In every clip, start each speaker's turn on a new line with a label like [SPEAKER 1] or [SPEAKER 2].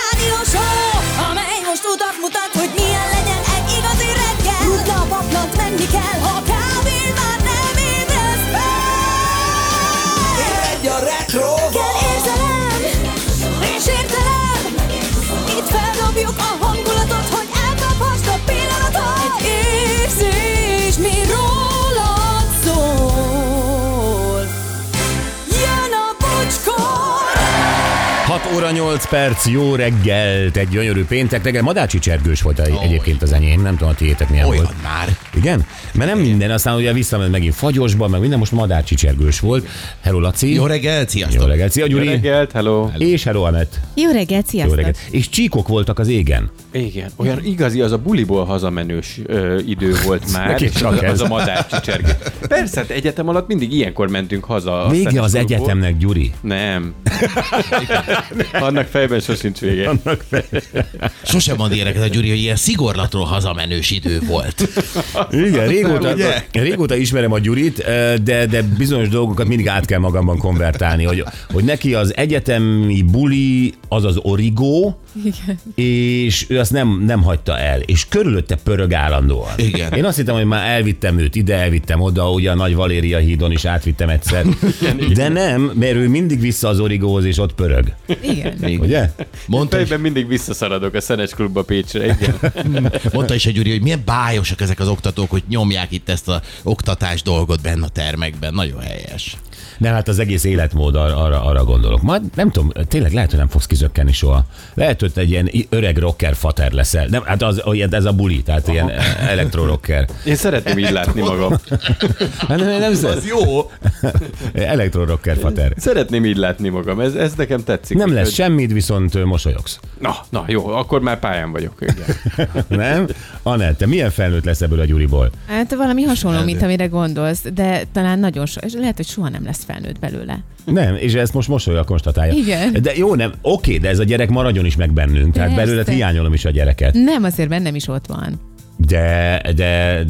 [SPEAKER 1] rádió show, amely most utat mutat, hogy milyen legyen egy igazi reggel. Rutna a paplant, menni kell, ha kávén már nem ébresz fel.
[SPEAKER 2] Egy a retro
[SPEAKER 1] Kell érzelem, és értelem, itt feldobjuk a hangulatot, hogy elkaphast a pillanatot. Egy érzés, mi rólad szól. Jön a bocskor!
[SPEAKER 3] 6 óra 8 perc, jó reggelt, egy gyönyörű péntek reggel. Madácsi csergős volt oh, egyébként az enyém, nem tudom a tiétek milyen
[SPEAKER 2] Olyan
[SPEAKER 3] volt.
[SPEAKER 2] már.
[SPEAKER 3] Igen? Mert nem minden, aztán ugye visszament megint fagyosba, meg minden, most Madácsi csergős volt. Hello Laci.
[SPEAKER 2] Jó reggelt,
[SPEAKER 3] Jó
[SPEAKER 2] sziasztok.
[SPEAKER 3] reggelt. Szia
[SPEAKER 4] Jó
[SPEAKER 3] Gyuri.
[SPEAKER 4] reggelt, hello.
[SPEAKER 3] És hello Anett.
[SPEAKER 5] Jó reggelt,
[SPEAKER 3] Jó
[SPEAKER 5] sziasztok!
[SPEAKER 3] reggelt. És csíkok voltak az égen.
[SPEAKER 4] Igen, olyan igazi, az a buliból hazamenős ö, idő volt már,
[SPEAKER 3] Neki
[SPEAKER 4] és
[SPEAKER 3] csak
[SPEAKER 4] az,
[SPEAKER 3] ez.
[SPEAKER 4] az a madár csicsergő. Persze, hát egyetem alatt mindig ilyenkor mentünk haza. a
[SPEAKER 3] Vége az
[SPEAKER 4] Szenes klubból.
[SPEAKER 3] egyetemnek, Gyuri.
[SPEAKER 4] Nem. Annak fejben sosincs vége.
[SPEAKER 2] Sose mond ilyeneket a Gyuri, hogy ilyen szigorlatról hazamenős idő volt.
[SPEAKER 3] Igen, régóta,
[SPEAKER 2] Ugye?
[SPEAKER 3] régóta ismerem a Gyurit, de, de bizonyos dolgokat mindig át kell magamban konvertálni, hogy, hogy neki az egyetemi buli az az origó, Igen. és ő azt nem, nem hagyta el, és körülötte pörög állandóan.
[SPEAKER 2] Igen.
[SPEAKER 3] Én azt hittem, hogy már elvittem őt ide, elvittem oda, ugye a Nagy Valéria hídon is átvittem egyszer, de nem, mert ő mindig vissza az origóhoz, és ott pörög.
[SPEAKER 5] Igen.
[SPEAKER 3] Ugye?
[SPEAKER 2] Mondta, is-
[SPEAKER 4] Fejben mindig visszaszaladok a Szenes klubba Pécsre. Igen.
[SPEAKER 2] mondta is a Gyuri, hogy milyen bájosak ezek az oktatók, hogy nyomják itt ezt a oktatás dolgot benne a termekben. Nagyon helyes.
[SPEAKER 3] Nem, hát az egész életmód arra, arra, arra gondolok. Majd nem tudom, tényleg lehet, hogy nem fogsz kizökkenni soha. Lehet, hogy te egy ilyen öreg rocker fater leszel. Nem, hát az, olyan- ez a buli, tehát Aha. ilyen elektrorocker.
[SPEAKER 4] Én szeretném így látni magam.
[SPEAKER 3] Hát nem, nem az jó. elektrorocker fater.
[SPEAKER 4] Szeretném így látni magam. Ez, ez nekem tetszik.
[SPEAKER 3] Nem lesz
[SPEAKER 4] Úgyhogy-
[SPEAKER 3] semmid, viszont ö, mosolyogsz.
[SPEAKER 4] Na, na, jó, akkor már pályán vagyok. Igen.
[SPEAKER 3] Nem? Anett, te milyen felnőtt lesz ebből a Gyuriból?
[SPEAKER 5] Hát valami hasonló, mint amire gondolsz, de talán nagyon so, és lehet, hogy soha nem lesz felnőtt belőle.
[SPEAKER 3] Nem, és ezt most mosolyal konstatálja.
[SPEAKER 5] Igen.
[SPEAKER 3] De jó, nem, oké, de ez a gyerek maradjon is meg bennünk, tehát
[SPEAKER 5] Persze.
[SPEAKER 3] belőled hiányolom is a gyereket.
[SPEAKER 5] Nem, azért bennem is ott van.
[SPEAKER 3] De, de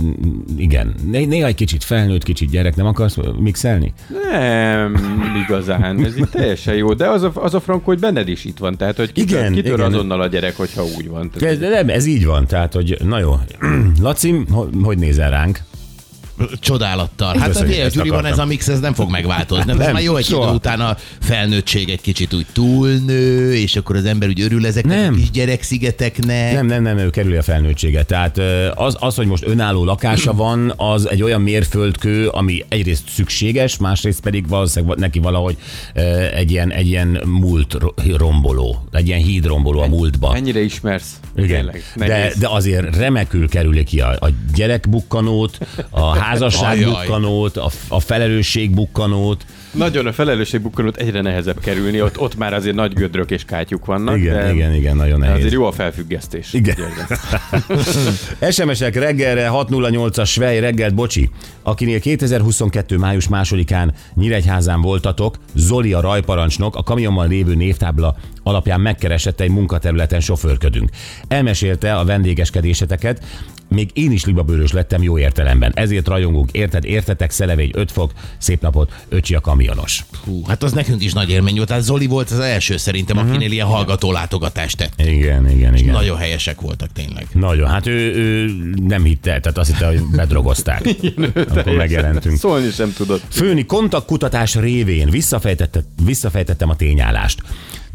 [SPEAKER 3] igen, Né- néha egy kicsit felnőtt, kicsit gyerek, nem akarsz mixelni?
[SPEAKER 4] Nem igazán, ez itt teljesen jó, de az a, az a frankó, hogy benned is itt van, tehát hogy kitör,
[SPEAKER 3] Igen,
[SPEAKER 4] igen, kitör
[SPEAKER 3] igen.
[SPEAKER 4] igen. azonnal a gyerek, hogyha úgy van. Tehát,
[SPEAKER 3] Ez, nem, ez így van, tehát, hogy na jó. Laci, ho- hogy nézel ránk?
[SPEAKER 2] Csodálattal. Hát
[SPEAKER 3] Köszönjük,
[SPEAKER 2] a Dél
[SPEAKER 3] ezt
[SPEAKER 2] Gyuriban
[SPEAKER 3] akartam.
[SPEAKER 2] ez a mix, ez nem fog megváltozni.
[SPEAKER 3] Nem,
[SPEAKER 2] Nem, már jó egy
[SPEAKER 3] soha.
[SPEAKER 2] idő után a felnőttség egy kicsit úgy túlnő, és akkor az ember úgy örül ezeknek
[SPEAKER 3] Nem.
[SPEAKER 2] a kis gyerekszigeteknek.
[SPEAKER 3] Nem, nem, nem, ő kerüli a felnőttséget. Tehát ö, az, az, hogy most önálló lakása van, az egy olyan mérföldkő, ami egyrészt szükséges, másrészt pedig valószínűleg va- neki valahogy ö, egy ilyen, egy ilyen múlt ro- romboló, egy ilyen híd romboló a múltba.
[SPEAKER 4] Mennyire ismersz?
[SPEAKER 3] Igen,
[SPEAKER 4] Tényleg,
[SPEAKER 3] de,
[SPEAKER 4] nehéz.
[SPEAKER 3] de azért remekül kerüli ki a, a gyerekbukkanót, a házasság
[SPEAKER 2] Ajaj.
[SPEAKER 3] bukkanót, a, a felelősség bukkanót.
[SPEAKER 4] Nagyon a felelősségbukkanót egyre nehezebb kerülni, ott, ott már azért nagy gödrök és kátyuk vannak.
[SPEAKER 3] Igen,
[SPEAKER 4] de
[SPEAKER 3] igen, igen, nagyon
[SPEAKER 4] de
[SPEAKER 3] nehéz.
[SPEAKER 4] Azért jó a felfüggesztés.
[SPEAKER 3] Igen.
[SPEAKER 4] Gyerek.
[SPEAKER 3] SMS-ek reggelre 608-as Svej reggelt, bocsi, akinél 2022. május másodikán Nyíregyházán voltatok, Zoli a rajparancsnok, a kamionban lévő névtábla alapján megkeresett egy munkaterületen sofőrködünk. Elmesélte a vendégeskedéseteket, még én is libabőrös lettem jó értelemben. Ezért rajongunk, érted, értetek, szelevény 5 fok, szép napot, öcsi a kamionos.
[SPEAKER 2] Hú, hát az nekünk is nagy élmény volt. Hát Zoli volt az első szerintem,
[SPEAKER 3] Mhm.
[SPEAKER 2] akinél ilyen hallgató látogatást tett.
[SPEAKER 3] Igen, igen, igen.
[SPEAKER 2] Nagyon helyesek voltak tényleg.
[SPEAKER 3] Nagyon, hát ő, ő nem hitte, el, tehát azt hitte, hogy bedrogozták. Akkor megjelentünk.
[SPEAKER 4] Szólni sem tudod.
[SPEAKER 3] Főni kontaktkutatás révén visszafejtette, visszafejtettem a tényállást.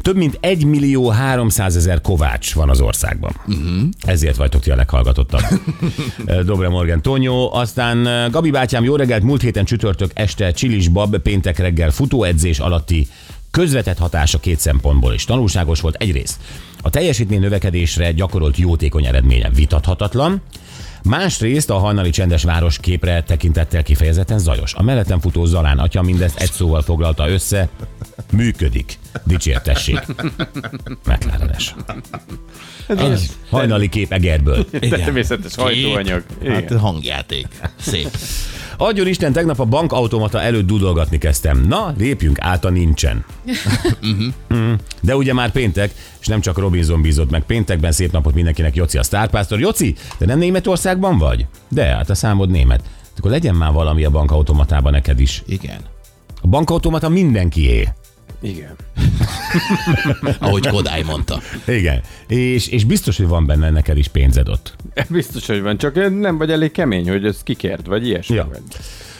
[SPEAKER 3] Több mint 1 millió 300 ezer kovács van az országban. Uh-huh. Ezért vagytok ti a leghallgatottabb. Dobre Morgan Tonyó. Aztán eh, Gabi bátyám, jó reggelt, múlt héten csütörtök este Csilisbab, péntek reggel futóedzés alatti közvetett hatása két szempontból is tanulságos volt. Egyrészt a teljesítmény növekedésre gyakorolt jótékony eredménye vitathatatlan, Másrészt a hajnali csendes város képre tekintettel kifejezetten zajos. A mellettem futó Zalán atya mindezt egy szóval foglalta össze. Működik. Dicsértessék. McLarenes. Ez hajnali kép Egerből.
[SPEAKER 2] Igen.
[SPEAKER 4] Természetes hajtóanyag.
[SPEAKER 2] Hát
[SPEAKER 4] Igen.
[SPEAKER 2] hangjáték. Szép.
[SPEAKER 3] Adjon Isten, tegnap a bankautomata előtt dudolgatni kezdtem. Na, lépjünk át a nincsen. Mhm. De ugye már péntek, és nem csak Robinson bízott meg péntekben. Szép napot mindenkinek, Joci a sztárpásztor. Joci, te nem Németországban vagy? De, hát a számod német. Akkor legyen már valami a bankautomatában neked is.
[SPEAKER 2] Igen.
[SPEAKER 3] A bankautomata mindenkié.
[SPEAKER 4] Igen.
[SPEAKER 2] ahogy Kodály mondta.
[SPEAKER 3] Igen. És, és biztos, hogy van benne neked is pénzed ott.
[SPEAKER 4] Biztos, hogy van, csak nem vagy elég kemény, hogy ez kikért, vagy ilyesmi.
[SPEAKER 3] Ja.
[SPEAKER 4] Vagy.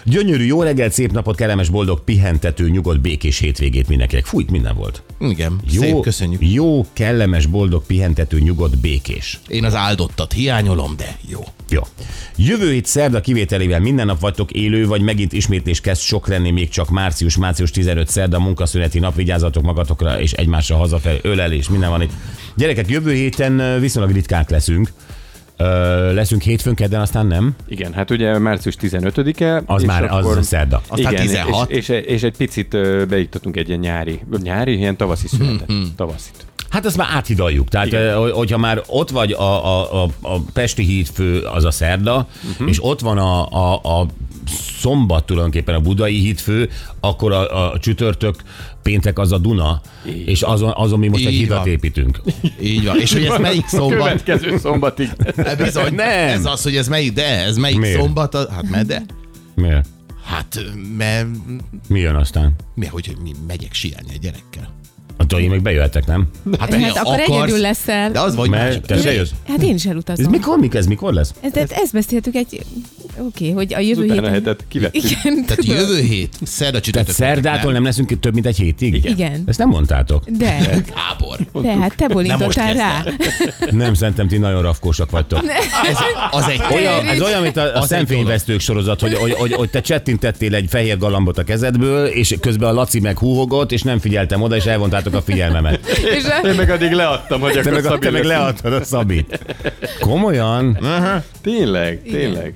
[SPEAKER 3] Gyönyörű, jó reggelt, szép napot, kellemes, boldog, pihentető, nyugodt, békés hétvégét mindenkinek. Fújt, minden volt.
[SPEAKER 2] Igen,
[SPEAKER 3] Jó,
[SPEAKER 2] Jó. szép, köszönjük.
[SPEAKER 3] Jó, kellemes, boldog, pihentető, nyugodt, békés.
[SPEAKER 2] Én az áldottat hiányolom, de jó.
[SPEAKER 3] Jó. Jövő hét szerda kivételével minden nap vagytok élő, vagy megint ismétlés kezd sok lenni, még csak március, március 15 szerda, munkaszüneti nap, vigyázzatok magatokra és egymásra hazafelé, ölelés, minden van itt. Gyerekek, jövő héten ö, viszonylag ritkák leszünk. Ö, leszünk hétfőn, kedden, aztán nem.
[SPEAKER 4] Igen, hát ugye március 15-e.
[SPEAKER 3] Az
[SPEAKER 4] és
[SPEAKER 3] már, az
[SPEAKER 4] akkor-
[SPEAKER 3] szerda.
[SPEAKER 2] Aztán
[SPEAKER 4] Igen,
[SPEAKER 2] 16.
[SPEAKER 4] És, és, és, egy picit ö, beiktatunk egy ilyen nyári, nyári, ilyen tavaszi
[SPEAKER 3] Mhm.
[SPEAKER 4] szünetet. Tavaszit.
[SPEAKER 3] Hát azt már áthidaljuk. Tehát, eh, hogy- hogyha már ott vagy a, a, a, a Pesti hídfő, az a szerda, uh-huh. és ott van a, a, a szombat tulajdonképpen a budai hídfő, akkor a, a csütörtök, péntek az a Duna, Így. és azon, azon mi most egy
[SPEAKER 2] Így
[SPEAKER 3] hidat
[SPEAKER 2] van.
[SPEAKER 3] építünk.
[SPEAKER 2] Így van. És hogy ez melyik szombat?
[SPEAKER 4] Következő szombatig.
[SPEAKER 2] E, Bizony,
[SPEAKER 3] Nem.
[SPEAKER 2] ez az, hogy ez melyik, de ez melyik
[SPEAKER 3] Miért?
[SPEAKER 2] Miért? szombat, az- hát mert de.
[SPEAKER 3] Miért?
[SPEAKER 2] Hát, mert,
[SPEAKER 3] Mi jön aztán?
[SPEAKER 2] mert hogy mi megyek sielni a gyerekkel.
[SPEAKER 3] Attól én még bejöhetek, nem?
[SPEAKER 2] Hát,
[SPEAKER 5] Hát
[SPEAKER 2] ha
[SPEAKER 5] akkor egyedül leszel.
[SPEAKER 2] De az vagy más.
[SPEAKER 3] Mert te se jössz.
[SPEAKER 5] Hát én is
[SPEAKER 3] Ez
[SPEAKER 5] elutazom.
[SPEAKER 3] mikor, mik ez mikor lesz?
[SPEAKER 5] Ez, ez, ezt beszéltük egy... Oké, okay, hogy a jövő
[SPEAKER 4] Utána
[SPEAKER 5] héten...
[SPEAKER 4] hetet kivettük.
[SPEAKER 5] Igen,
[SPEAKER 2] Tehát
[SPEAKER 5] tudom.
[SPEAKER 2] jövő hét, szerda
[SPEAKER 3] Tehát
[SPEAKER 2] csütörtök.
[SPEAKER 3] szerdától nem leszünk több, mint egy hétig?
[SPEAKER 5] Igen.
[SPEAKER 3] Ezt nem mondtátok?
[SPEAKER 5] De,
[SPEAKER 2] Ábor.
[SPEAKER 5] de hát te bolintottál
[SPEAKER 2] Nem
[SPEAKER 5] rá.
[SPEAKER 2] most
[SPEAKER 3] Nem, szerintem ti nagyon rafkósak vagytok.
[SPEAKER 2] Ez, az egy
[SPEAKER 3] Olyan, ez olyan, mint a, a
[SPEAKER 2] Az egy
[SPEAKER 3] szemfényvesztők sorozat, hogy, hogy, hogy, hogy te csettintettél egy fehér galambot a kezedből, és közben a Laci meg húhogott, és nem figyeltem oda, és elvontátok a figyelmemet.
[SPEAKER 5] És a,
[SPEAKER 4] Én meg addig leadtam, hogy
[SPEAKER 3] Te
[SPEAKER 4] akkor
[SPEAKER 3] meg, a, te
[SPEAKER 4] Szabi
[SPEAKER 3] meg
[SPEAKER 4] lesz.
[SPEAKER 3] leadtad a Szabit. Komolyan?
[SPEAKER 4] Tényleg, tényleg.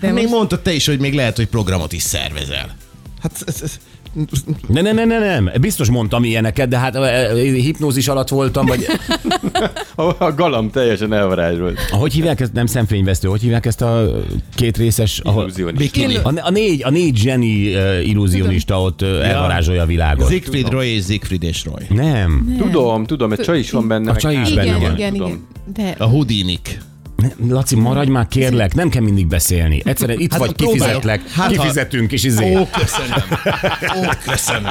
[SPEAKER 5] de
[SPEAKER 2] Még
[SPEAKER 5] most,
[SPEAKER 2] mondtad te is, hogy még lehet, hogy programot is szervezel. Hát ez, ez,
[SPEAKER 3] Ne, ne, ne, ne, nem. Biztos mondtam ilyeneket, de hát eh, hipnózis alatt voltam, vagy
[SPEAKER 4] A, a galamb teljesen elvarázsolt.
[SPEAKER 3] hogy hívják ezt, nem szemfényvesztő, hogy hívják ezt a két részes, ahol...
[SPEAKER 4] Illúziónista.
[SPEAKER 2] bikini.
[SPEAKER 3] A, a, négy, a négy zseni uh, illúzionista ott uh, elvarázsolja a világot.
[SPEAKER 2] Siegfried Roy és Siegfried és Roy.
[SPEAKER 3] Nem.
[SPEAKER 4] Tudom, tudom, egy csaj is van benne.
[SPEAKER 3] A
[SPEAKER 4] meg
[SPEAKER 3] csaj is
[SPEAKER 4] három
[SPEAKER 3] benne
[SPEAKER 5] igen,
[SPEAKER 4] van,
[SPEAKER 5] igen,
[SPEAKER 4] tudom.
[SPEAKER 5] igen.
[SPEAKER 2] A
[SPEAKER 5] De
[SPEAKER 2] Houdinik.
[SPEAKER 3] Ne, Laci, maradj már, kérlek, nem kell mindig beszélni. Egyszerűen itt
[SPEAKER 2] Hát
[SPEAKER 3] vagy,
[SPEAKER 2] próbálok.
[SPEAKER 3] kifizetlek,
[SPEAKER 2] Hát ha-
[SPEAKER 3] kifizetünk, és izé.
[SPEAKER 2] Ó, köszönöm. Ó, köszönöm.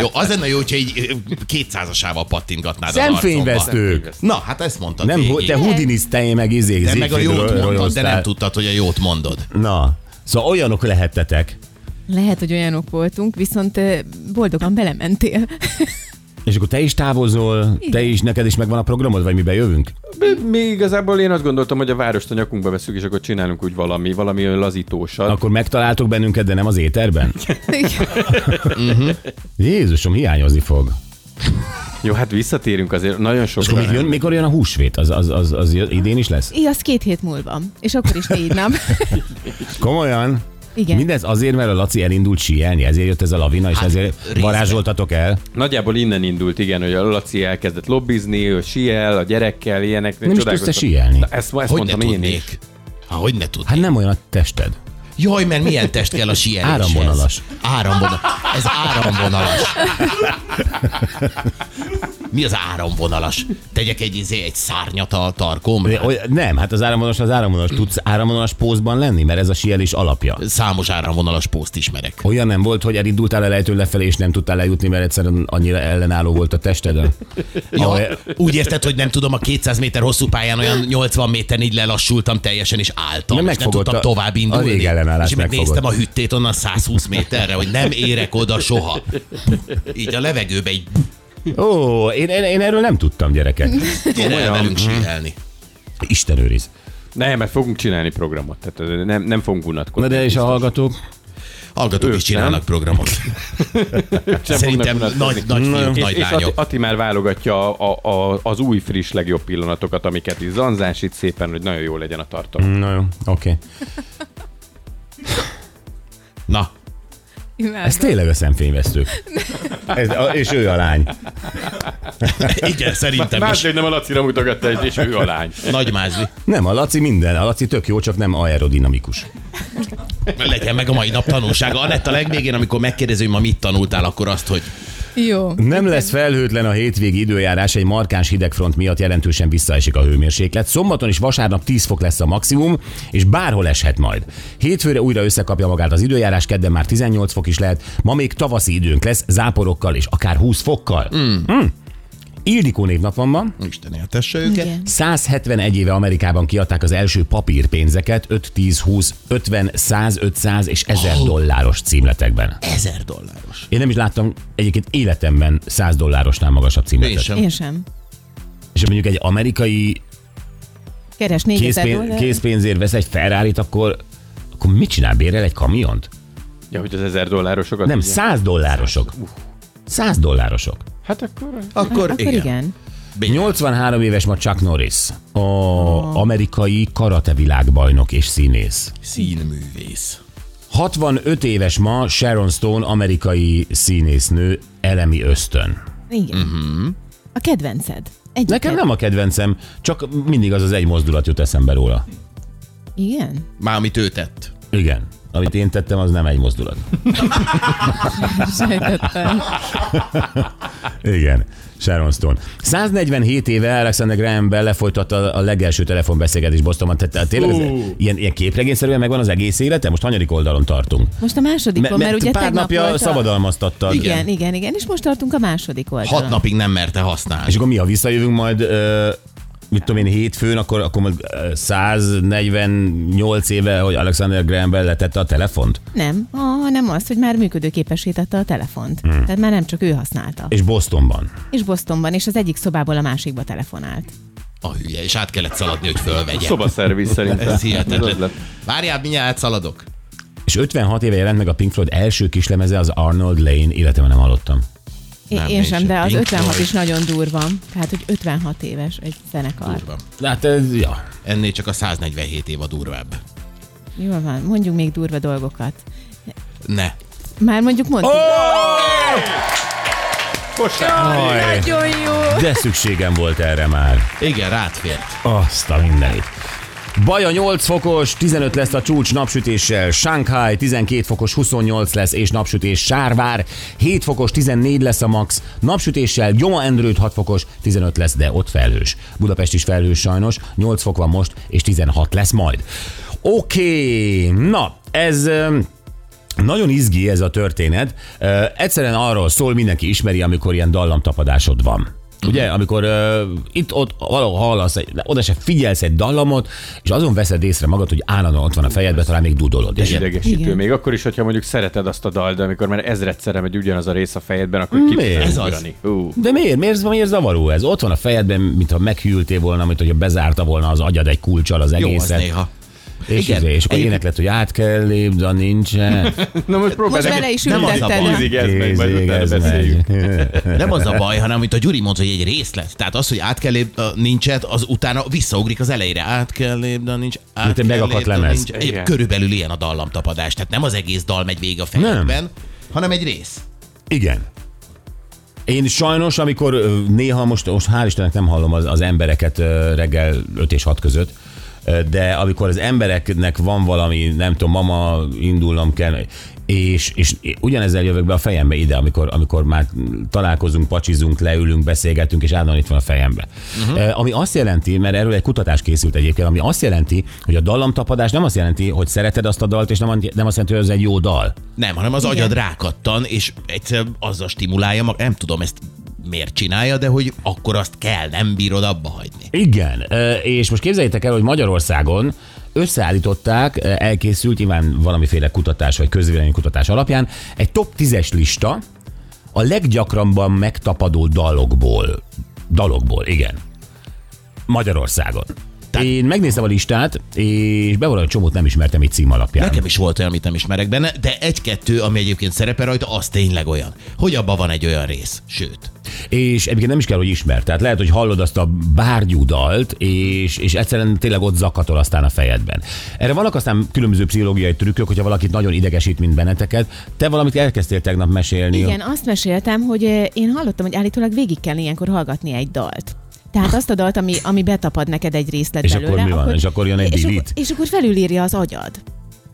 [SPEAKER 2] Jó, az lenne jó, hogyha így kétszázasával pattintgatnád a arcomba.
[SPEAKER 3] Szemfényvesztők.
[SPEAKER 2] Na, hát ezt mondtad
[SPEAKER 3] Nem,
[SPEAKER 2] végig.
[SPEAKER 3] hogy te hudiniztelj meg izé,
[SPEAKER 2] de meg a
[SPEAKER 3] Siegfried
[SPEAKER 2] jót
[SPEAKER 3] Ro-
[SPEAKER 2] mondtad, de
[SPEAKER 3] Royostál.
[SPEAKER 2] nem tudtad, hogy a jót mondod.
[SPEAKER 3] Na, szóval olyanok lehettetek.
[SPEAKER 5] lehet, hogy olyanok voltunk, viszont ö, boldogan belementél.
[SPEAKER 3] És akkor te is távozol, te is, neked is megvan a programod, vagy mi bejövünk?
[SPEAKER 4] Mi- Mi igazából én azt gondoltam, hogy a várost a nyakunkba veszük, és akkor csinálunk úgy valami, valami olyan lazítósat.
[SPEAKER 3] Akkor megtaláltok bennünket, de nem az éterben?
[SPEAKER 5] Igen.
[SPEAKER 3] Jézusom, hiányozni fog.
[SPEAKER 4] Jó, hát visszatérünk azért nagyon
[SPEAKER 3] És akkor
[SPEAKER 4] sokra.
[SPEAKER 3] mikor jön, mikor jön a húsvét? Az, az, az, az jö- idén is lesz?
[SPEAKER 5] Igen, az két hét múlva. És akkor is négy nap.
[SPEAKER 3] Komolyan?
[SPEAKER 5] Igen.
[SPEAKER 3] Mindez azért, mert a Laci elindult síelni, ezért jött ez a lavina, és
[SPEAKER 2] Hát,
[SPEAKER 3] ezért
[SPEAKER 2] részben.
[SPEAKER 3] varázsoltatok el.
[SPEAKER 4] Nagyjából innen indult, igen, hogy a Laci elkezdett lobbizni, ő siel, a gyerekkel, ilyenek.
[SPEAKER 3] Nem is
[SPEAKER 4] csodálkoztam.
[SPEAKER 3] tudsz te síelni.
[SPEAKER 4] Na, Ezt, ezt
[SPEAKER 2] Hogy ne
[SPEAKER 4] mondtam én is.
[SPEAKER 2] tudnék? Ha, hogy ne tudnék?
[SPEAKER 3] Hát nem olyan a tested.
[SPEAKER 2] Jaj, mert milyen test kell a síeléshez?
[SPEAKER 3] Áramvonalas.
[SPEAKER 2] Áramvonalas. Ez áramvonalas. Mi az áramvonalas? Tegyek egy, izé, egy szárnyat a tarkomra?
[SPEAKER 3] De oly- Nem, hát az áramvonalas az áramvonalas. Tudsz áramvonalas pózban lenni, mert ez a síelés alapja.
[SPEAKER 2] Számos áramvonalas pószt ismerek.
[SPEAKER 3] Olyan nem volt, hogy elindultál a lejtőn lefelé, és nem tudtál lejutni, mert egyszerűen annyira ellenálló volt a tested.
[SPEAKER 2] Ja,
[SPEAKER 3] Ahol-
[SPEAKER 2] úgy érted, hogy nem tudom, a 200 méter hosszú pályán olyan 80 méter így lelassultam teljesen, és álltam,
[SPEAKER 3] Nem
[SPEAKER 2] és nem
[SPEAKER 3] megfogott
[SPEAKER 2] tudtam
[SPEAKER 3] a-
[SPEAKER 2] tovább
[SPEAKER 3] a
[SPEAKER 2] indulni.
[SPEAKER 3] rég ellenállást
[SPEAKER 2] és megnéztem a
[SPEAKER 3] megfogott.
[SPEAKER 2] hüttét onnan 120 méterre, hogy nem érek oda soha. Így a levegőbe így
[SPEAKER 3] Ó, én, én, én erről nem tudtam, gyerekek.
[SPEAKER 2] gyere el velünk síelni.
[SPEAKER 3] Isten őriz.
[SPEAKER 4] Nem, mert fogunk csinálni programot, tehát ö, nem, nem fogunk
[SPEAKER 3] Na
[SPEAKER 4] unatkozni.
[SPEAKER 3] de és a hallgatók?
[SPEAKER 2] Hallgatók
[SPEAKER 4] Ők
[SPEAKER 2] is csinálnak
[SPEAKER 4] nem.
[SPEAKER 2] programot.
[SPEAKER 4] Sem
[SPEAKER 2] Szerintem
[SPEAKER 4] fognak
[SPEAKER 2] nagy,
[SPEAKER 4] unatkozni.
[SPEAKER 2] nagy fiúk,
[SPEAKER 4] és,
[SPEAKER 2] nagy
[SPEAKER 4] és Ati,
[SPEAKER 2] lányok.
[SPEAKER 4] Ati már válogatja a, a, az új, friss, legjobb pillanatokat, amiket is zanzás itt szépen, hogy nagyon jó legyen a
[SPEAKER 2] Mm.
[SPEAKER 4] tartalom.
[SPEAKER 3] Na jó, oké. Okay.
[SPEAKER 2] Na,
[SPEAKER 3] Ez tényleg a szemfényvesztők. Ez, a, és ő a lány.
[SPEAKER 2] igen, szerintem is.
[SPEAKER 4] Máshogy nem a Lacira mutogatta, és- és ő a lány.
[SPEAKER 2] Nagy mázli.
[SPEAKER 3] Nem, a Laci minden. A Laci tök jó, csak nem aerodinamikus.
[SPEAKER 2] Legyen meg a mai nap tanulsága. Anett a legvégén, amikor megkérdezi, hogy ma mit tanultál, akkor azt, hogy
[SPEAKER 5] Jó.
[SPEAKER 3] Nem lesz felhőtlen a hétvégi időjárás, egy markáns hidegfront miatt jelentősen visszaesik a hőmérséklet. Szombaton és vasárnap 10 fok lesz a maximum, és bárhol eshet majd. Hétfőre újra összekapja magát az időjárás, kedden már 18 fok is lehet, ma még tavaszi időnk lesz, záporokkal és akár 20 fokkal. Mm. Mm. Ildikó névnap van ma.
[SPEAKER 2] Isten éltesse őket.
[SPEAKER 5] Igen.
[SPEAKER 3] 171 éve Amerikában kiadták az első papírpénzeket 5, 10, 20, 50, 100, 500 és 1000 dolláros címletekben.
[SPEAKER 2] Ezer dolláros.
[SPEAKER 3] Én nem is láttam egyébként életemben 100 dollárosnál magasabb
[SPEAKER 2] Én
[SPEAKER 3] címletet.
[SPEAKER 2] sem.
[SPEAKER 5] Én sem.
[SPEAKER 3] És mondjuk egy amerikai
[SPEAKER 5] Keres 4000
[SPEAKER 3] készpénz,
[SPEAKER 5] dollár.
[SPEAKER 3] készpénzért vesz egy ferrari akkor, akkor mit csinál? Bérel egy kamiont?
[SPEAKER 4] Ja, hogy az ezer dollárosokat?
[SPEAKER 3] Nem,
[SPEAKER 4] ugye?
[SPEAKER 3] 100 dollárosok. 100 dollárosok.
[SPEAKER 4] Hát akkor...
[SPEAKER 2] Akkor,
[SPEAKER 5] Akkor igen. igen.
[SPEAKER 3] 83 éves ma Chuck Norris, a amerikai karate világbajnok és színész.
[SPEAKER 2] Színművész.
[SPEAKER 3] 65 éves ma Sharon Stone, amerikai színésznő, elemi ösztön.
[SPEAKER 5] Igen. Uh-huh. A kedvenced. Egyik
[SPEAKER 3] Nekem
[SPEAKER 5] kedv-
[SPEAKER 3] nem a kedvencem, csak mindig az az egy mozdulat jut eszembe róla.
[SPEAKER 5] Igen?
[SPEAKER 2] Már amit ő tett.
[SPEAKER 3] Igen. Amit én tettem, az nem egy mozdulat.
[SPEAKER 5] Sejtettem.
[SPEAKER 3] Igen. Sharon Stone. 147 éve Alexander Graham Bell lefolytatta a legelső telefonbeszélgetés Bostonban. Tehát tényleg ez, ilyen, ilyen képregényszerűen megvan az egész élete? Most hanyadik oldalon tartunk?
[SPEAKER 5] Most a másodikon, mert, ugye
[SPEAKER 3] pár
[SPEAKER 5] tegnap
[SPEAKER 3] napja
[SPEAKER 5] volt a...
[SPEAKER 3] szabadalmaztatta.
[SPEAKER 5] Igen. igen, igen, igen, és most tartunk a második oldalon.
[SPEAKER 2] Hat napig nem merte használni.
[SPEAKER 3] És akkor mi, ha visszajövünk majd, ö, mit tudom én, hétfőn, akkor, akkor majd ö, 148 éve, hogy Alexander Graham Bell letette a telefont,
[SPEAKER 5] Nem, ah, hanem az, hogy már működőképesítette a telefont. Hmm. Tehát már nem csak ő használta.
[SPEAKER 3] és Bostonban.
[SPEAKER 5] És Bostonban, és az egyik szobából a másikba telefonált.
[SPEAKER 2] A hülye, és át kellett szaladni, hogy fölvegye.
[SPEAKER 4] Szobaszerviz szerintem.
[SPEAKER 2] Ez
[SPEAKER 4] Az ötlet.
[SPEAKER 2] hihetetlen. Várjál, mindjárt átszaladok.
[SPEAKER 3] És 56 éve jelent meg a Pink Floyd első kislemeze, az Arnold Lane, életemben nem hallottam.
[SPEAKER 5] Én,
[SPEAKER 2] Nem,
[SPEAKER 5] én
[SPEAKER 2] én
[SPEAKER 5] sem,
[SPEAKER 2] sem.
[SPEAKER 5] de az
[SPEAKER 2] Pink
[SPEAKER 5] 56
[SPEAKER 2] Floyd.
[SPEAKER 5] is nagyon durva. Tehát, hogy 56 éves egy zenekar.
[SPEAKER 2] Durva.
[SPEAKER 3] Hát, ez, ja.
[SPEAKER 2] Ennél csak a 147 év a durvább.
[SPEAKER 5] Jól van, mondjuk még durva dolgokat.
[SPEAKER 2] Ne.
[SPEAKER 5] Már mondjuk mondtuk.
[SPEAKER 4] Kosár!
[SPEAKER 3] Aj,
[SPEAKER 5] Nagyon jó!
[SPEAKER 3] de szükségem volt erre már.
[SPEAKER 2] Igen, rád fért.
[SPEAKER 3] Azt a mindenit. Baja 8 fokos, 15 lesz a csúcs napsütéssel, Shanghai 12 fokos, 28 lesz és napsütés, Sárvár 7 fokos, 14 lesz a max, napsütéssel, Gyoma Endrőt 6 fokos, 15 lesz, de ott felhős. Budapest is felhős sajnos, 8 fok van most és 16 lesz majd. Oké, okay. na, ez... öm, Nagyon izgi ez a történet. Ö, Egyszerűen arról szól, mindenki ismeri, amikor ilyen dallamtapadásod van. Ugye, amikor uh, itt-ott valahol hallasz, egy, de oda se figyelsz egy dallamot, és azon veszed észre magad, hogy állandóan ott van a fejedben, talán még dudolod. is.
[SPEAKER 4] Idegesítő.
[SPEAKER 5] Igen.
[SPEAKER 4] Még akkor is, hogyha mondjuk szereted azt a dal, de amikor már ezredszerre megy ugyanaz a rész a fejedben, akkor ki
[SPEAKER 3] Miért?
[SPEAKER 4] tudsz
[SPEAKER 3] Ez
[SPEAKER 2] az.
[SPEAKER 4] ugrani. Hú.
[SPEAKER 3] De miért? Miért, miért zavaró ez? Ott van a fejedben, mintha meghűltél volna, mint hogyha bezárta volna az agyad egy kulcsal az
[SPEAKER 2] Jó az
[SPEAKER 3] egészet.
[SPEAKER 2] néha.
[SPEAKER 3] és,
[SPEAKER 2] Igen.
[SPEAKER 3] igen, és akkor
[SPEAKER 2] Egyébként-
[SPEAKER 3] éneklet, hogy át kell lép, de nincsen.
[SPEAKER 4] Na most
[SPEAKER 5] Most
[SPEAKER 4] próbálj
[SPEAKER 5] bele is
[SPEAKER 2] nem az a baj.
[SPEAKER 5] ültetted.
[SPEAKER 4] Tízig ez meg, majd
[SPEAKER 3] Tízig
[SPEAKER 4] utána
[SPEAKER 3] ez megy.
[SPEAKER 4] beszéljük.
[SPEAKER 2] Nem az a baj, hanem amit a Gyuri mond, hogy egy részlet. Tehát az, hogy át kell lép, a nincset, az utána visszaugrik az elejére. Át kell lép, de nincs. Át
[SPEAKER 3] Mint egy
[SPEAKER 2] kell
[SPEAKER 3] megakadt
[SPEAKER 2] lép, de
[SPEAKER 3] lemez.
[SPEAKER 2] nincs.
[SPEAKER 4] Igen.
[SPEAKER 2] Körülbelül ilyen a dallamtapadás. Tehát nem az egész dal megy végig a fejedben, hanem egy rész.
[SPEAKER 3] Igen. Én sajnos, amikor ö, néha most, most hál' Istennek nem hallom az, az embereket ö, reggel 5 és 6 között, ö, de amikor az embereknek van valami, nem tudom, mama, indulnom kell, és, és ugyanezzel jövök be a fejembe ide, amikor, amikor már találkozunk, pacsizunk, leülünk, beszélgetünk, és állandóan itt van a fejembe. Uh-huh. Ami azt jelenti, mert erről egy kutatás készült egyébként, ami azt jelenti, hogy a dallamtapadás nem azt jelenti, hogy szereted azt a dalt, és nem, nem azt jelenti, hogy ez egy jó dal.
[SPEAKER 2] Nem, hanem az agyad rákattan, és egyszer azzal stimulálja, mag- nem tudom ezt miért csinálja, de hogy akkor azt kell, nem bírod abba hagyni.
[SPEAKER 3] Igen, ö, és most képzeljétek el, hogy Magyarországon összeállították, ö, elkészült nyilván valamiféle kutatás vagy közvéleménykutatás alapján egy top 10-es lista a leggyakrabban megtapadó dalokból. Dalokból, igen. Magyarországon. Tehát... Én megnéztem a listát, és bevallom, hogy csomót nem ismertem így cím alapján.
[SPEAKER 2] Nekem is volt olyan, amit nem ismerek benne, de egy-kettő, ami egyébként szerepel rajta, az tényleg olyan, hogy abban van egy olyan rész. Sőt,
[SPEAKER 3] És egyébként nem is kell, hogy ismert. Tehát lehet, hogy hallod azt a bárgyú dalt, és, és egyszerűen tényleg ott zakatol aztán a fejedben. Erre vannak aztán különböző pszichológiai trükkök, hogyha valakit nagyon idegesít, mint benneteket. Te valamit elkezdtél tegnap mesélni.
[SPEAKER 5] Igen, azt meséltem, hogy ö, én hallottam, hogy állítólag végig kell ilyenkor hallgatni egy dalt. Tehát azt a dalt, ami, ami betapad neked egy részlet
[SPEAKER 3] És akkor
[SPEAKER 5] belőle.
[SPEAKER 3] mi van? És akkor jön egy
[SPEAKER 5] és,
[SPEAKER 3] delete? Mhm.
[SPEAKER 5] akkor, és akkor felülírja az agyad.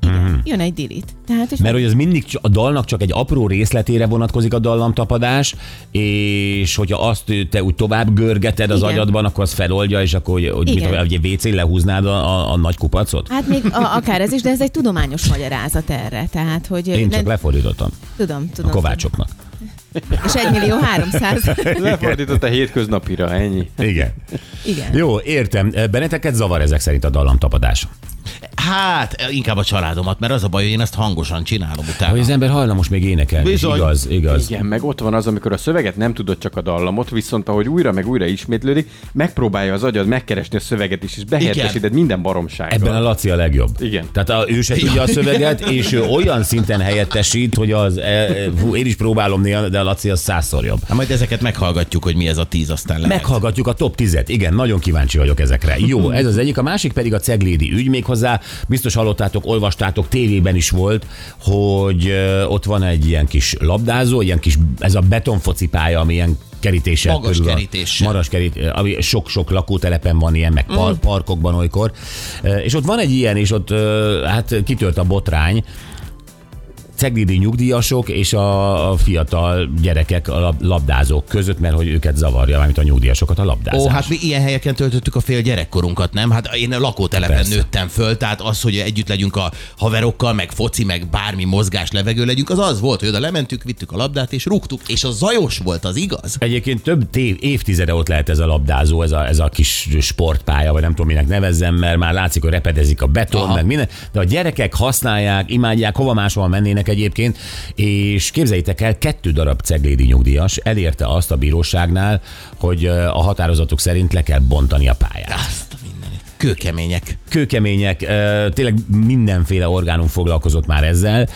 [SPEAKER 5] És Igen, jön egy dilit. Tehát, és
[SPEAKER 3] Mert hogy az mindig csak- a dalnak csak egy apró részletére vonatkozik a dallamtapadás, és hogyha azt te úgy tovább görgeted az
[SPEAKER 5] Igen.
[SPEAKER 3] agyadban, akkor az feloldja, és akkor hogy, hogy mit,
[SPEAKER 5] Igen.
[SPEAKER 3] tudom, hogy egy WC-n lehúznád a, a, a nagy kupacot?
[SPEAKER 5] Hát még a, akár ez is, de ez egy tudományos magyarázat erre. Tehát, hogy
[SPEAKER 3] Én csak lefordítottam
[SPEAKER 5] tudom,
[SPEAKER 3] a
[SPEAKER 5] tudom.
[SPEAKER 3] kovácsoknak.
[SPEAKER 5] És 1 millió 300.
[SPEAKER 4] Lefordított a hétköznapira, ennyi.
[SPEAKER 3] Igen.
[SPEAKER 5] Igen.
[SPEAKER 3] Jó, értem. Eh, Benneteket zavar ezek szerint a dallamtapadás.
[SPEAKER 2] Hát, inkább a családomat, mert az a baj, hogy én ezt hangosan csinálom utána.
[SPEAKER 3] Hogy az ember hajlamos még énekelni. is.
[SPEAKER 2] Bizony.
[SPEAKER 3] Igaz, igaz.
[SPEAKER 4] Igen, meg ott van az, amikor a szöveget nem tudod csak a dallamot, viszont ahogy újra meg újra ismétlődik, megpróbálja az agyad megkeresni a szöveget is, és behelyettesíted minden baromsággal.
[SPEAKER 3] Ebben a Laci a legjobb.
[SPEAKER 4] Igen.
[SPEAKER 3] Tehát a, ő se tudja a szöveget, és ő olyan szinten helyettesít, hogy az, e, e, hú, én is próbálom néha, de a Laci az százszor jobb.
[SPEAKER 2] Hát majd ezeket meghallgatjuk, hogy mi ez a tíz, aztán lehet.
[SPEAKER 3] Meghallgatjuk a top 10-et. Igen, nagyon kíváncsi vagyok ezekre. Jó, ez az egyik. A másik pedig a ceglédi ügy méghozzá. Biztos hallottátok, olvastátok, tévében is volt, hogy ö, ott van egy ilyen kis labdázó, ilyen kis, ez a betonfocipálya, ami ilyen kerítéssel
[SPEAKER 2] Magas
[SPEAKER 3] körül van.
[SPEAKER 2] kerítéssel. Mm.
[SPEAKER 3] Magas kerít, ami sok-sok lakótelepen van ilyen, meg par, parkokban olykor. Ö, És ott van egy ilyen, és ott ö, hát kitört a botrány, ceglidi nyugdíjasok és a a fiatal gyerekek, a lab- labdázók között, mert hogy őket zavarja, mármint a nyugdíjasokat a labdázás.
[SPEAKER 2] Ó, hát mi ilyen helyeken töltöttük a fél gyerekkorunkat, nem? Hát én a lakótelepen
[SPEAKER 3] Persze.
[SPEAKER 2] nőttem föl, tehát az, hogy együtt legyünk a haverokkal, meg foci, meg bármi mozgás, levegő legyünk, az az volt, hogy oda lementük, vittük a labdát és rúgtuk, és az zajos volt, az igaz?
[SPEAKER 3] Egyébként több tév, évtizede ott lehet ez a labdázó, ez a, ez a kis sportpálya, vagy nem tudom minek nevezzem, mert már látszik, hogy repedezik a beton,
[SPEAKER 2] Aha.
[SPEAKER 3] meg minden, de a gyerekek használják, imádják, hova máshol mennének egyébként, és képzeljétek el, kettő darab ceglédi nyugdíjas elérte azt a bíróságnál, hogy ö, a határozatok szerint le kell bontani a pályát.
[SPEAKER 2] Azt a mindenit. Kőkemények.
[SPEAKER 3] kőkemények, ö, tényleg mindenféle orgánum foglalkozott már ezzel,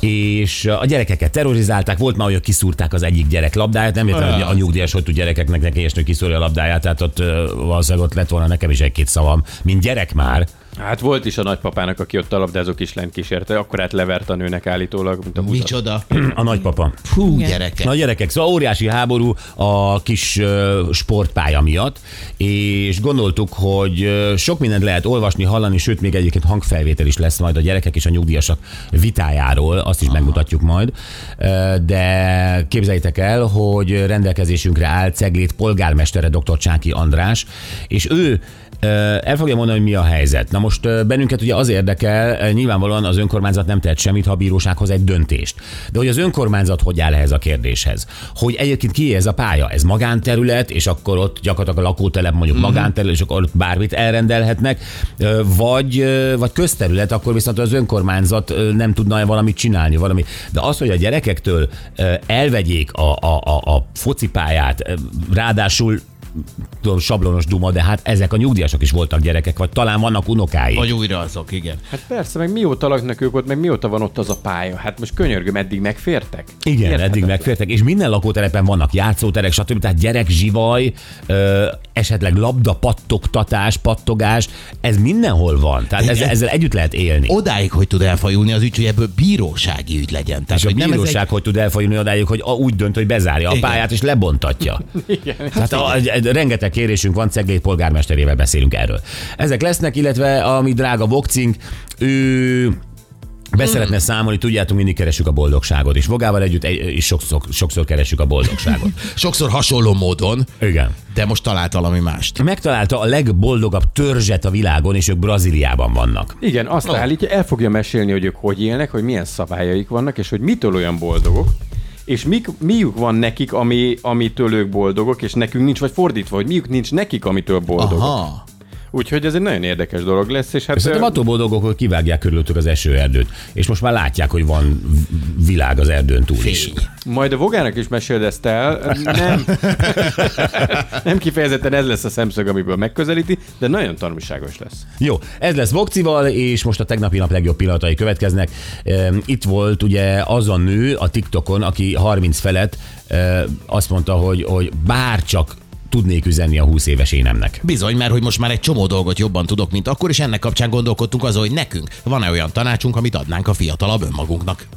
[SPEAKER 3] és a gyerekeket terrorizálták, volt már, hogy kiszúrták az egyik gyerek labdáját, nem értem, hogy a nyugdíjas hogy tud gyerekeknek neki esni, hogy kiszúrja a labdáját, tehát ott ö, valószínűleg ott lett volna nekem is egy-két szavam, mint gyerek már.
[SPEAKER 4] Hát volt is a nagypapának, aki ott a labdázó kislányt kísérte, akkor át levert a nőnek állítólag, mint a húzat.
[SPEAKER 2] Micsoda?
[SPEAKER 3] A nagypapa.
[SPEAKER 2] Hú,
[SPEAKER 5] Igen.
[SPEAKER 2] gyerekek.
[SPEAKER 3] Na gyerekek, szóval óriási háború a kis ö, sportpálya miatt, és gondoltuk, hogy ö, sok mindent lehet olvasni, hallani, sőt, még egyébként hangfelvétel is lesz majd a gyerekek és a nyugdíjasak vitájáról, azt is megmutatjuk majd. Ö, De képzeljétek el, hogy rendelkezésünkre áll Ceglét polgármestere dr. Csáki András, és ő Ö, El fogja mondani, hogy mi a helyzet. Na most ö, bennünket ugye az érdekel, ö, nyilvánvalóan az önkormányzat nem tehet semmit, ha a bíróság hoz egy döntést. De hogy az önkormányzat hogy áll ehhez a kérdéshez? Hogy egyébként ki ez a pálya? Ez magánterület, és akkor ott gyakorlatilag a lakótelep mondjuk magánterület, és akkor ott bármit elrendelhetnek, ö, vagy, ö, vagy közterület, akkor viszont az önkormányzat ö, nem tudna -e valamit csinálni, valami. De az, hogy a gyerekektől ö, elvegyék a, a, a, a focipályát, ö, ráadásul tudom, sablonos duma, de hát ezek a nyugdíjasok is voltak gyerekek, vagy talán vannak unokái.
[SPEAKER 2] Vagy újra azok, igen.
[SPEAKER 4] Hát persze, meg mióta laknak ők ott, meg mióta van ott az a pálya. Hát most könyörgöm, eddig megfértek?
[SPEAKER 3] Igen,
[SPEAKER 4] Érthetetlen.
[SPEAKER 3] eddig megfértek, és minden lakótelepen vannak játszóterek, stb. Tehát gyerek, zsivaj, ö, esetleg labda, pattogtatás, pattogás, ez mindenhol van. Tehát ezzel, ezzel együtt lehet élni.
[SPEAKER 2] Odáig, hogy tud elfajulni az ügy, hogy ebből bírósági ügy legyen. Tehát,
[SPEAKER 3] és a
[SPEAKER 2] hogy nem ez
[SPEAKER 3] bíróság
[SPEAKER 2] egy
[SPEAKER 3] hogy tud elfajulni odáig, hogy a- úgy dönt, hogy bezárja a
[SPEAKER 2] Igen.
[SPEAKER 3] pályát és lebontatja. Igen. Tehát a, egy- egy- rengeteg kérésünk van, Ceglét polgármesterével beszélünk erről. Ezek lesznek, illetve a mi drága Vokcink, ő Beszeretne mm. számolni, tudjátok, mindig keressük a boldogságot, és Vogával együtt egy, és sokszor, sokszor keressük a boldogságot.
[SPEAKER 2] sokszor hasonló módon,
[SPEAKER 3] Igen.
[SPEAKER 2] de most talált valami mást.
[SPEAKER 3] Megtalálta a legboldogabb törzset a világon, és ők Brazíliában vannak.
[SPEAKER 4] Igen, azt no. állítja, el fogja mesélni, hogy ők hogy élnek, hogy milyen szabályaik vannak, és hogy mitől olyan boldogok, és mik, miük van nekik, ami, amitől ők boldogok, és nekünk nincs, vagy fordítva, hogy miük nincs nekik, amitől boldogok. Aha.
[SPEAKER 2] Aha.
[SPEAKER 4] Úgyhogy ez egy nagyon érdekes dolog lesz, és hát...
[SPEAKER 3] Szerintem
[SPEAKER 4] ö,
[SPEAKER 3] attól boldogok, hogy kivágják körülöttük az esőerdőt, és most már látják, hogy van v- világ az erdőn túl is.
[SPEAKER 2] Fény.
[SPEAKER 4] Majd a Vogának is meséld ezt el. Nem, nem kifejezetten ez lesz a szemszög, amiből megközelíti, de nagyon tanulságos lesz.
[SPEAKER 3] Jó, ez lesz Vokcival, és most a tegnapi nap legjobb pillanatai következnek. Ehm, Itt volt ugye az a nő a TikTokon, aki 30 felett eh, azt mondta, hogy, hogy bár csak tudnék üzenni a 20 éves énemnek.
[SPEAKER 2] Bizony, mert hogy most már egy csomó dolgot jobban tudok, mint akkor, és ennek kapcsán gondolkodtunk azon, hogy nekünk van-e olyan tanácsunk, amit adnánk a fiatalabb önmagunknak.